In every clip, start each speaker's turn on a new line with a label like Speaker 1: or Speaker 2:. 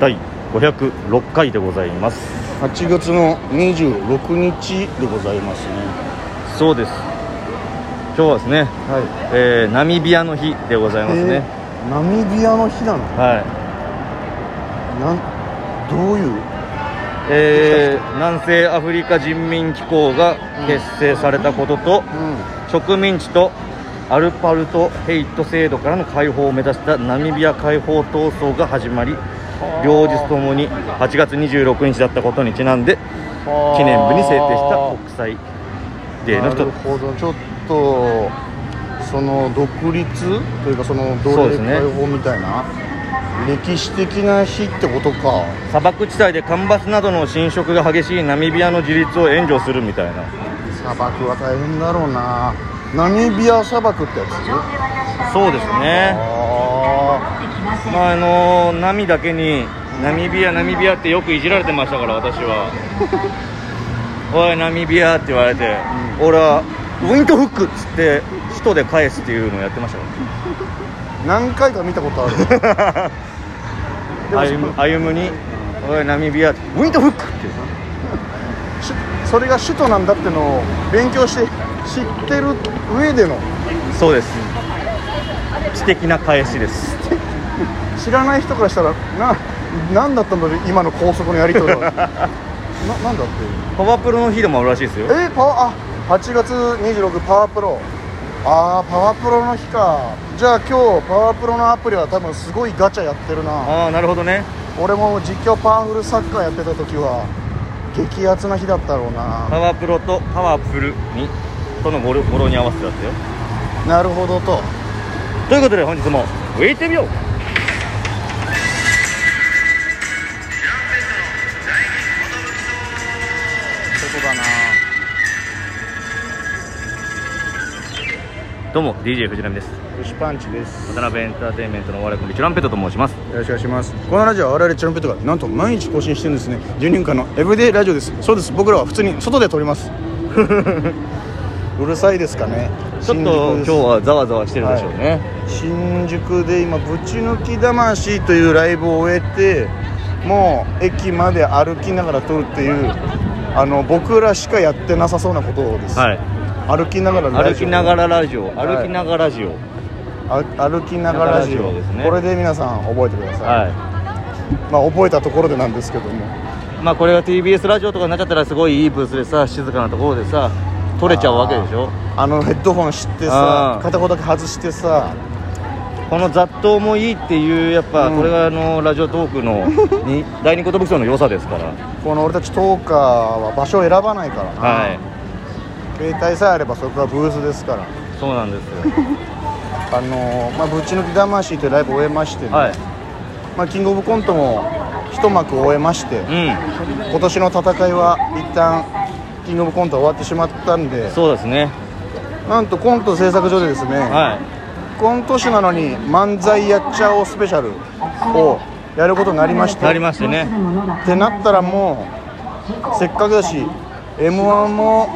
Speaker 1: 第506回でございます
Speaker 2: 8月の26日でございますね
Speaker 1: そうです今日はですね、
Speaker 2: は
Speaker 1: えーナミビアの日でございますね、
Speaker 2: ナミビアの日なの
Speaker 1: はい
Speaker 2: なんどういう
Speaker 1: えー南西アフリカ人民機構が結成されたことと、
Speaker 2: う
Speaker 1: 植民地とアルパルトヘイト制度からの解放を目指したナミビア解放闘争が始まり両日ともに8月26日だったことにちなんで
Speaker 2: ん
Speaker 1: 記念日に制定した国際デーの
Speaker 2: な
Speaker 1: 一
Speaker 2: る
Speaker 1: つ
Speaker 2: ほどちょっとその独立というかその
Speaker 1: そ
Speaker 2: 奴
Speaker 1: うで
Speaker 2: 隷
Speaker 1: すね
Speaker 2: 解放みたいな、歴史的な日ってことか
Speaker 1: 砂漠地帯で干ばつなどの侵食が激しいナミビアの自立を援助するみたいな
Speaker 2: 砂漠は大変だろうなナミビア砂漠ってやつ
Speaker 1: そうですね
Speaker 2: あ
Speaker 1: まああのナミだけにナミビアナミビアってよくいじられてましたから私はおいナミビアって言われて、俺はウィントフックっつって首都で返すっていうのをやってましたか
Speaker 2: ー何回か見たことあ る
Speaker 1: ら歩む歩むにおいナミビアってウィントフックって
Speaker 2: しそれが首都なんだってのを勉強して知ってる上での
Speaker 1: そうです知的な返しです
Speaker 2: 知らない人からしたらな何だったんだろう今の高速のやり取りは ななんだって
Speaker 1: パワプロの日でもあるらしいですよ
Speaker 2: えー、パワあ8月26パワープロあーパワープロの日かじゃあ今日パワープロのアプリは多分すごいガチャやってるな
Speaker 1: ああなるほどね
Speaker 2: 俺も実況パワフルサッカーやってた時は激アツな日だったろうな
Speaker 1: パワープロとパワフルにとの語呂語呂に合わせてだったよ
Speaker 2: なるほどと
Speaker 1: ということで本日も「浮いてみよう」
Speaker 2: そこだな
Speaker 1: どうも DJ 藤波です
Speaker 2: 牛パンチです
Speaker 1: 渡辺エンターテインメントのお笑いコンビチュランペットと申します
Speaker 2: よろしくお願いしますこのラジオは我々チュランペットがなんと毎日更新してるんですね12分間のエブリデイラジオですそうです僕らは普通に外で撮ります うるさいですかね
Speaker 1: ちょっと今日はざわざわしてるでしょうね、
Speaker 2: 新宿で今「ぶち抜き魂」というライブを終えてもう駅まで歩きながら撮るっていうあの僕らしかやってなさそうなことです、
Speaker 1: はい、
Speaker 2: 歩きながらラ
Speaker 1: 歩
Speaker 2: ジオ
Speaker 1: きながらラジオ
Speaker 2: はい
Speaker 1: 歩きながらラジオ
Speaker 2: あ歩きなが
Speaker 1: ながら
Speaker 2: らラジ
Speaker 1: ラジ
Speaker 2: オ
Speaker 1: オですね
Speaker 2: これで皆さん覚えてください、
Speaker 1: は
Speaker 2: まあ覚えたところでなんですけども
Speaker 1: いまあこれが TBS ラジオとかになっちゃったらすごいいいブースでさ静かなところでさ撮れちゃうわけでしょ
Speaker 2: あのヘッドホンして
Speaker 1: あ
Speaker 2: さ
Speaker 1: ー
Speaker 2: 片方だけ外してさ
Speaker 1: この雑踏もいいっていうやっぱ
Speaker 2: うん
Speaker 1: これがあのラジオトークのに第二言武装の良さですから
Speaker 2: この俺たちトーカーは場所を選ばないからな、
Speaker 1: はい
Speaker 2: 携帯さえあればそこがブースですから
Speaker 1: そうなんですよ
Speaker 2: あのーまあ、ぶち抜き魂というライブを終えましてね、
Speaker 1: はい
Speaker 2: まあ、キングオブコントも一幕終えまして
Speaker 1: う
Speaker 2: 今年の戦いは一旦キングオブコントは終わってしまったんで
Speaker 1: んそうですね
Speaker 2: なんとコント制作所でですね、
Speaker 1: はい
Speaker 2: コント師なのに漫才やっちゃおうスペシャルをやることになりまして
Speaker 1: なりましてね
Speaker 2: ってなったらもうせっかくだし m 1も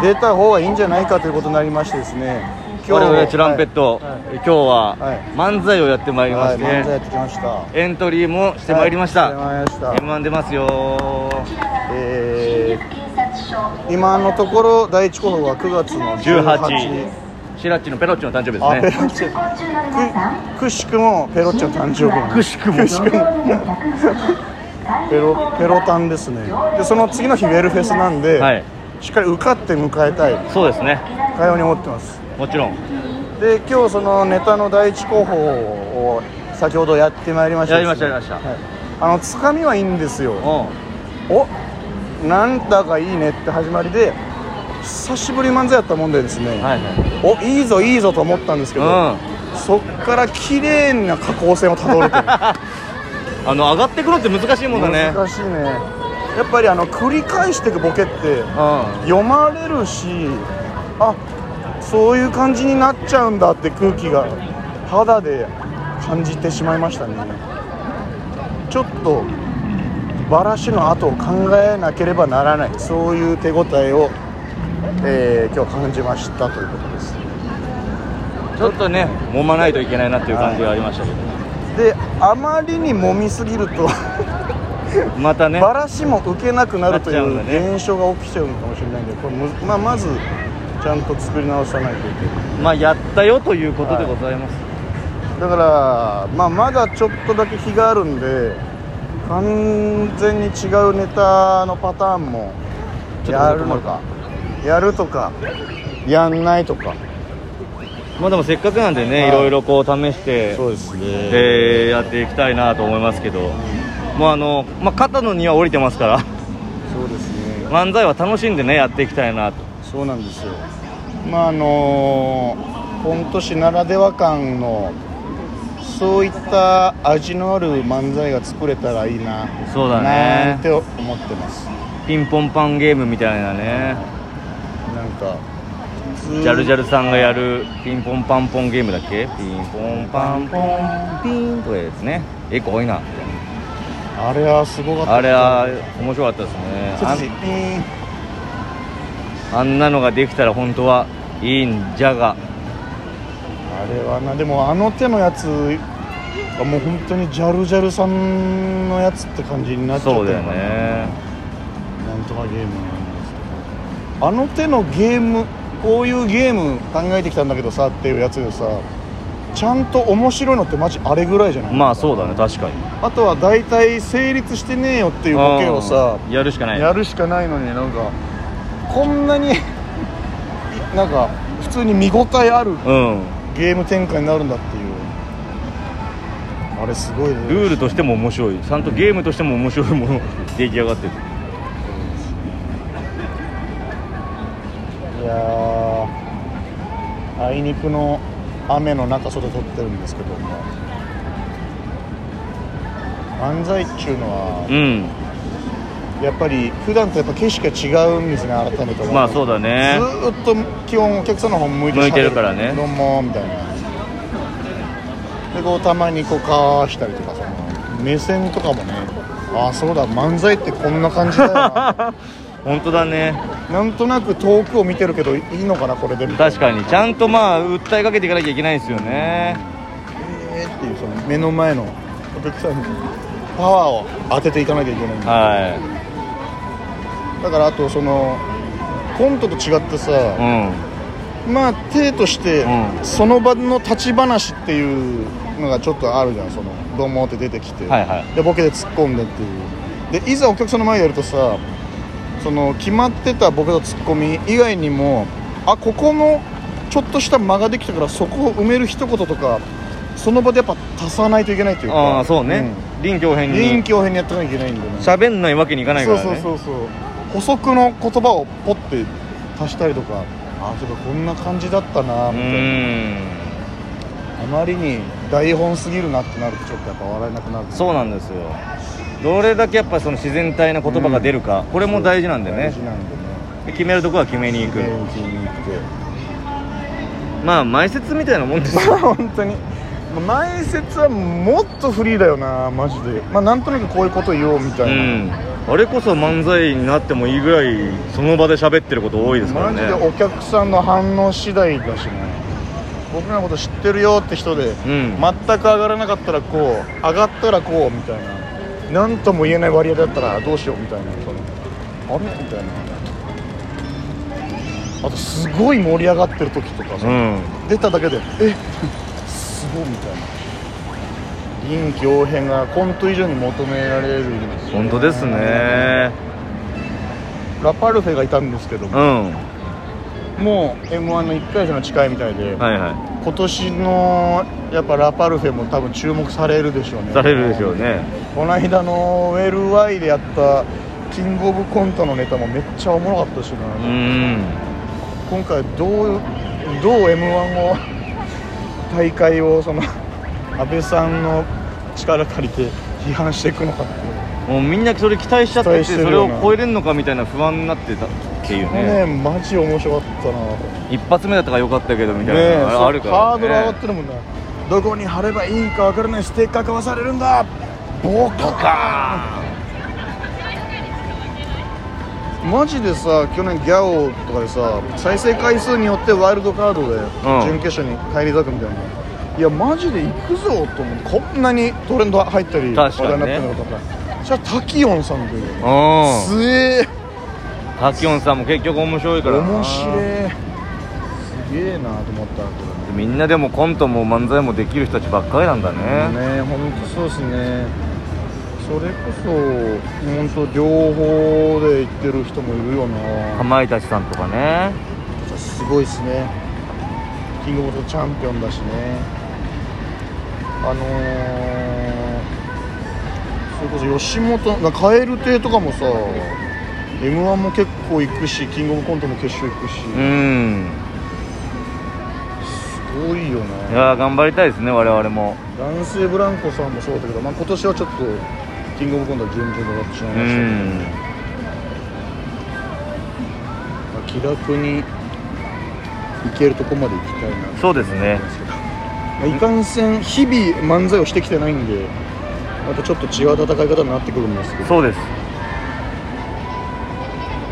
Speaker 2: 出た方がいいんじゃないかということになりましてですね
Speaker 1: 我々チュランペット、今日は
Speaker 2: はい
Speaker 1: 漫才をやってまいりま
Speaker 2: はい
Speaker 1: して、
Speaker 2: 漫才やってきました
Speaker 1: エントリーもしてまいりました、
Speaker 2: はいしてまいりま
Speaker 1: m 1出ますよ
Speaker 2: したえー今のところ第一候補は9月の
Speaker 1: 18
Speaker 2: 18
Speaker 1: シラッチのペロッチの誕生日
Speaker 2: あペロ
Speaker 1: ですね
Speaker 2: ッチくくしくもペロッチの誕生 日
Speaker 1: くしくも
Speaker 2: くしくも ペロペロタンですねでその次の日ウェルフェスなんで、
Speaker 1: はい
Speaker 2: しっかり受かって迎えたい
Speaker 1: そうですね
Speaker 2: かように思ってます
Speaker 1: もちろん
Speaker 2: で今日そのネタの第一候補を先ほどやってまいりましたですね
Speaker 1: やりましたやりま
Speaker 2: はいあのつかみはいいんですよ
Speaker 1: おう
Speaker 2: おなんだかいいねって始まりで久しぶり漫才やったもんでですね、
Speaker 1: はいはい
Speaker 2: おいいぞいいぞと思ったんですけど、
Speaker 1: う
Speaker 2: そっから綺麗な下降線をたどるというん
Speaker 1: あの上がってくるって難しいもんだね
Speaker 2: 難しいねやっぱりあの繰り返していくボケって
Speaker 1: う
Speaker 2: 読まれるしあそういう感じになっちゃうんだって空気が肌で感じてしまいましたねちょっとバラシの後を考えなければならないそういう手応えを、えー今日感じましたということです
Speaker 1: んちょっとね揉まないといけないなっていう感じがありましたけど、
Speaker 2: であまりに揉みすぎると
Speaker 1: またね
Speaker 2: バラシも受けなくなるとい
Speaker 1: なっちゃうん
Speaker 2: う
Speaker 1: だね
Speaker 2: 現象が起きちゃうのかもしれないんでこれむ、まあ、まずちゃんと作り直さないといけない
Speaker 1: まあやったよということでございます、
Speaker 2: だから、まあ、まだちょっとだけ日があるんで完全に違うネタのパターンも
Speaker 1: ちょっと
Speaker 2: やるのかやるとかやんないとか
Speaker 1: まあでもせっかくなんでね、
Speaker 2: はい
Speaker 1: い、ろいろこう試して
Speaker 2: そうですね
Speaker 1: えーやっていきたいなと思いますけど、もうあの、まあ、肩の荷は降りてますから
Speaker 2: そうですね
Speaker 1: 漫才は楽しんでねやっていきたいなと
Speaker 2: そうなんですよまああのー本都市ならでは感のそういった味のある漫才が作れたらいいな
Speaker 1: そうだね
Speaker 2: なんて思ってます
Speaker 1: ピンポンパンゲームみたいなね
Speaker 2: なんかジ
Speaker 1: ジャルジャルさんがやるピンポンパンポンゲームだっけピンポンパンポンピンとかですねえこ多いな
Speaker 2: あれはすごかった
Speaker 1: あれは面白かったですね
Speaker 2: ピーン
Speaker 1: あんあんなのができたら本当はいいんじゃが
Speaker 2: あれはなでもあの手のやつがもう本当にジャルジャルさんのやつって感じになっちゃった
Speaker 1: そ
Speaker 2: の
Speaker 1: う
Speaker 2: か
Speaker 1: だ
Speaker 2: な
Speaker 1: よね
Speaker 2: なんとかゲームなんですけどあの手のゲームこういうゲーム考えてきたんだけどさっていうやつでさちゃんと面白いのってマジあれぐらいじゃない
Speaker 1: まあそうだね確かに
Speaker 2: あとは大体成立してねえよっていうボケをさ
Speaker 1: うんやるしかない
Speaker 2: やるしかないのになんかこんなになんか普通に見応えある
Speaker 1: うん
Speaker 2: ゲーム展開になるんだっていうあれすごいね
Speaker 1: ルールとしても面白いちゃんとゲームとしても面白いも の出来上がってる
Speaker 2: いやーあいにくの雨の中外撮ってるんですけども漫才っちゅうのは
Speaker 1: うん
Speaker 2: やっぱり普段とやっぱ景色が違うんですね改めて思う
Speaker 1: まあそうだね
Speaker 2: ずーっと基本お客さんの方向いて
Speaker 1: 向いてるからね
Speaker 2: どうもみたいなでこうたまにこうかわしたりとかその目線とかもねああそうだ漫才ってこんな感じだよな
Speaker 1: 本当だね
Speaker 2: なんとなく遠くを見てるけどいいのかなこれでみたいな
Speaker 1: 確かにちゃんとまあ訴えかけていかなきゃいけないですよね
Speaker 2: えーっていうその目の前のお客さんにパワーを当てていかなきゃいけないんだ
Speaker 1: は
Speaker 2: だからあとそのコントと違って
Speaker 1: い
Speaker 2: さ
Speaker 1: う、ん
Speaker 2: まあ体として
Speaker 1: うん
Speaker 2: その場の立ち話っていうのがちょっとあるじゃんその「どうも」って出てきて、
Speaker 1: はいはい
Speaker 2: でボケで突っ込んでっていうでいざお客さんの前でやるとさその決まってたボケとツッコミ以外にもあここのちょっとした間ができたからそこを埋める一言とかその場でやっぱ足さないといけないというか
Speaker 1: ああそうね、臨機応変
Speaker 2: 臨
Speaker 1: に
Speaker 2: 機応変にやってなきゃいけないんだよね
Speaker 1: 喋んないわけにいかないからね
Speaker 2: そうそうそうそう補足の言葉をポッて足したりとかああちょっとこんな感じだったな
Speaker 1: う
Speaker 2: みたいな
Speaker 1: ーん
Speaker 2: あまりに台本すぎるなってなるとちょっとやっぱ笑えなくなる
Speaker 1: そうなんですよどれだけやっぱその自然体な言葉が出るか、これも大事なんで
Speaker 2: 大
Speaker 1: ね
Speaker 2: 事なんでね
Speaker 1: 決めるとこは決めに行く、
Speaker 2: 現地に行って
Speaker 1: まあ前説みたいなもんですよ
Speaker 2: 本当にまあ前説はもっとフリーだよなマジでまあなんとなくこういうこと言おうみた
Speaker 1: う
Speaker 2: いな、
Speaker 1: んあれこそ漫才になってもいいぐらいその場で喋ってること多いですから
Speaker 2: マジ
Speaker 1: ね
Speaker 2: でお客さんの反応次第だしね僕らのこと知ってるよって人で、
Speaker 1: ん
Speaker 2: 全く上がらなかったらこう上がったらこうみたいな何とも言えない割合だったらどうしようみたいなそのあれみたいなあとすごい盛り上がってる時とかさ、
Speaker 1: うん
Speaker 2: 出ただけでえすごいみたいな臨機応変がコント以上に求められるんですよ
Speaker 1: 本当ですね
Speaker 2: ラパルフェがいたんですけども
Speaker 1: うん
Speaker 2: もう m 1の1回戦の近いみたいで、
Speaker 1: はいは
Speaker 2: 今年のやっぱラパルフェも多分注目されるでしょうね
Speaker 1: いされるでしょうね
Speaker 2: この間のウェルワイでやったキングオブコントのネタもめっちゃおもろかったしな、
Speaker 1: うん
Speaker 2: 今回どうどう m 1を大会をその安倍さんの力借りて批判していくのかってい
Speaker 1: も
Speaker 2: う
Speaker 1: うみんなそれ期待しちゃって
Speaker 2: 期
Speaker 1: て
Speaker 2: 待してる
Speaker 1: それ
Speaker 2: よ
Speaker 1: を
Speaker 2: な
Speaker 1: 超えれるのかみたいな不安になってたっていう
Speaker 2: 去
Speaker 1: ね
Speaker 2: 年マジ面白かったなね
Speaker 1: 一発目だったから良かったけどみたいな、あれ
Speaker 2: そう
Speaker 1: あるか
Speaker 2: ハ
Speaker 1: ら、
Speaker 2: ードル上がっ
Speaker 1: ね、
Speaker 2: てるもんなどこに貼ればいいか分からないステッカー買わされるんだボカかマジでさ去年ギャオとかでさ再生回数によってワイルドカードで
Speaker 1: ん
Speaker 2: 準決勝に返り咲くみたいな、いやマジで行くぞと思ってこんなにトレンド入ったり
Speaker 1: 確かにね
Speaker 2: 話題になってなかったそしたら滝音さんという
Speaker 1: うん
Speaker 2: すえ
Speaker 1: 滝音さんも結局面白いからな
Speaker 2: 面白えすげえなと思ったけ
Speaker 1: みんなでもコントも漫才もできる人たちばっかりなんだ
Speaker 2: ど
Speaker 1: ね
Speaker 2: ね本当そうですねそれこそ本当両方で行ってる人もいるよ
Speaker 1: か
Speaker 2: な
Speaker 1: まいたちさんとかね
Speaker 2: すごいですねキングオブコントチャンピオンだしねあのー、それこそ吉本な蛙亭とかもさ m 1も結構行くしキングオブコントも決勝行くし、
Speaker 1: うん
Speaker 2: すごいよね
Speaker 1: いやー頑張りたいですね我々も
Speaker 2: 男性ブランコさんもそうだけど、まあ、今年はちょっとキングオブコントは順々で終わってしま
Speaker 1: う
Speaker 2: いましたけど、
Speaker 1: ん
Speaker 2: まあ気楽に行けるとこまで行きたいな
Speaker 1: そうですね
Speaker 2: まあいかんせん日々漫才をしてきてないんでまたちょっと違う戦い方になってくるんですけど
Speaker 1: そうです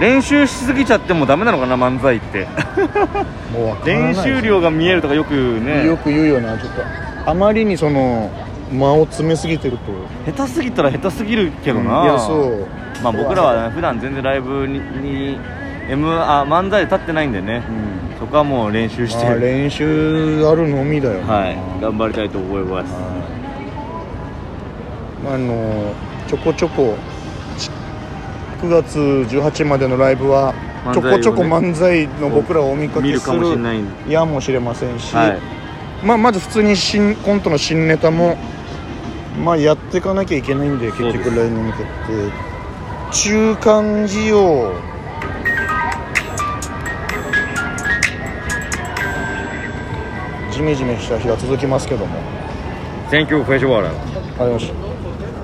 Speaker 1: 練習しすぎちゃってもダメなのかな漫才って
Speaker 2: もうわからな
Speaker 1: 練
Speaker 2: いです
Speaker 1: 習量が見えるとかよくね
Speaker 2: よく言うよなちょっとあまりにその間を詰めすぎてると
Speaker 1: 下手すぎたら下手すぎるけどな、
Speaker 2: いやそう
Speaker 1: まあ僕らは普段全然ライブにに M あ漫才で立ってないんでね
Speaker 2: うん
Speaker 1: そこはもう練習し
Speaker 2: まあ
Speaker 1: て
Speaker 2: 練習あるのみだよな
Speaker 1: はい頑張りたいと思います
Speaker 2: あのちょこちょこち9月18までのライブは
Speaker 1: 漫
Speaker 2: ちょ
Speaker 1: 才を
Speaker 2: こ
Speaker 1: ね
Speaker 2: ちょこ漫才の僕らをお見か
Speaker 1: 見
Speaker 2: け
Speaker 1: る
Speaker 2: す
Speaker 1: かもしれ
Speaker 2: る
Speaker 1: ない
Speaker 2: やもしれませんし、
Speaker 1: はい
Speaker 2: まあ、まず普通に新コントの新ネタも、まあ、やっていかなきゃいけないんで
Speaker 1: そう
Speaker 2: 結
Speaker 1: です
Speaker 2: 局来年に向けて中間需要ジメジメした日が続きますけども
Speaker 1: 選挙フェスティバル
Speaker 2: ありました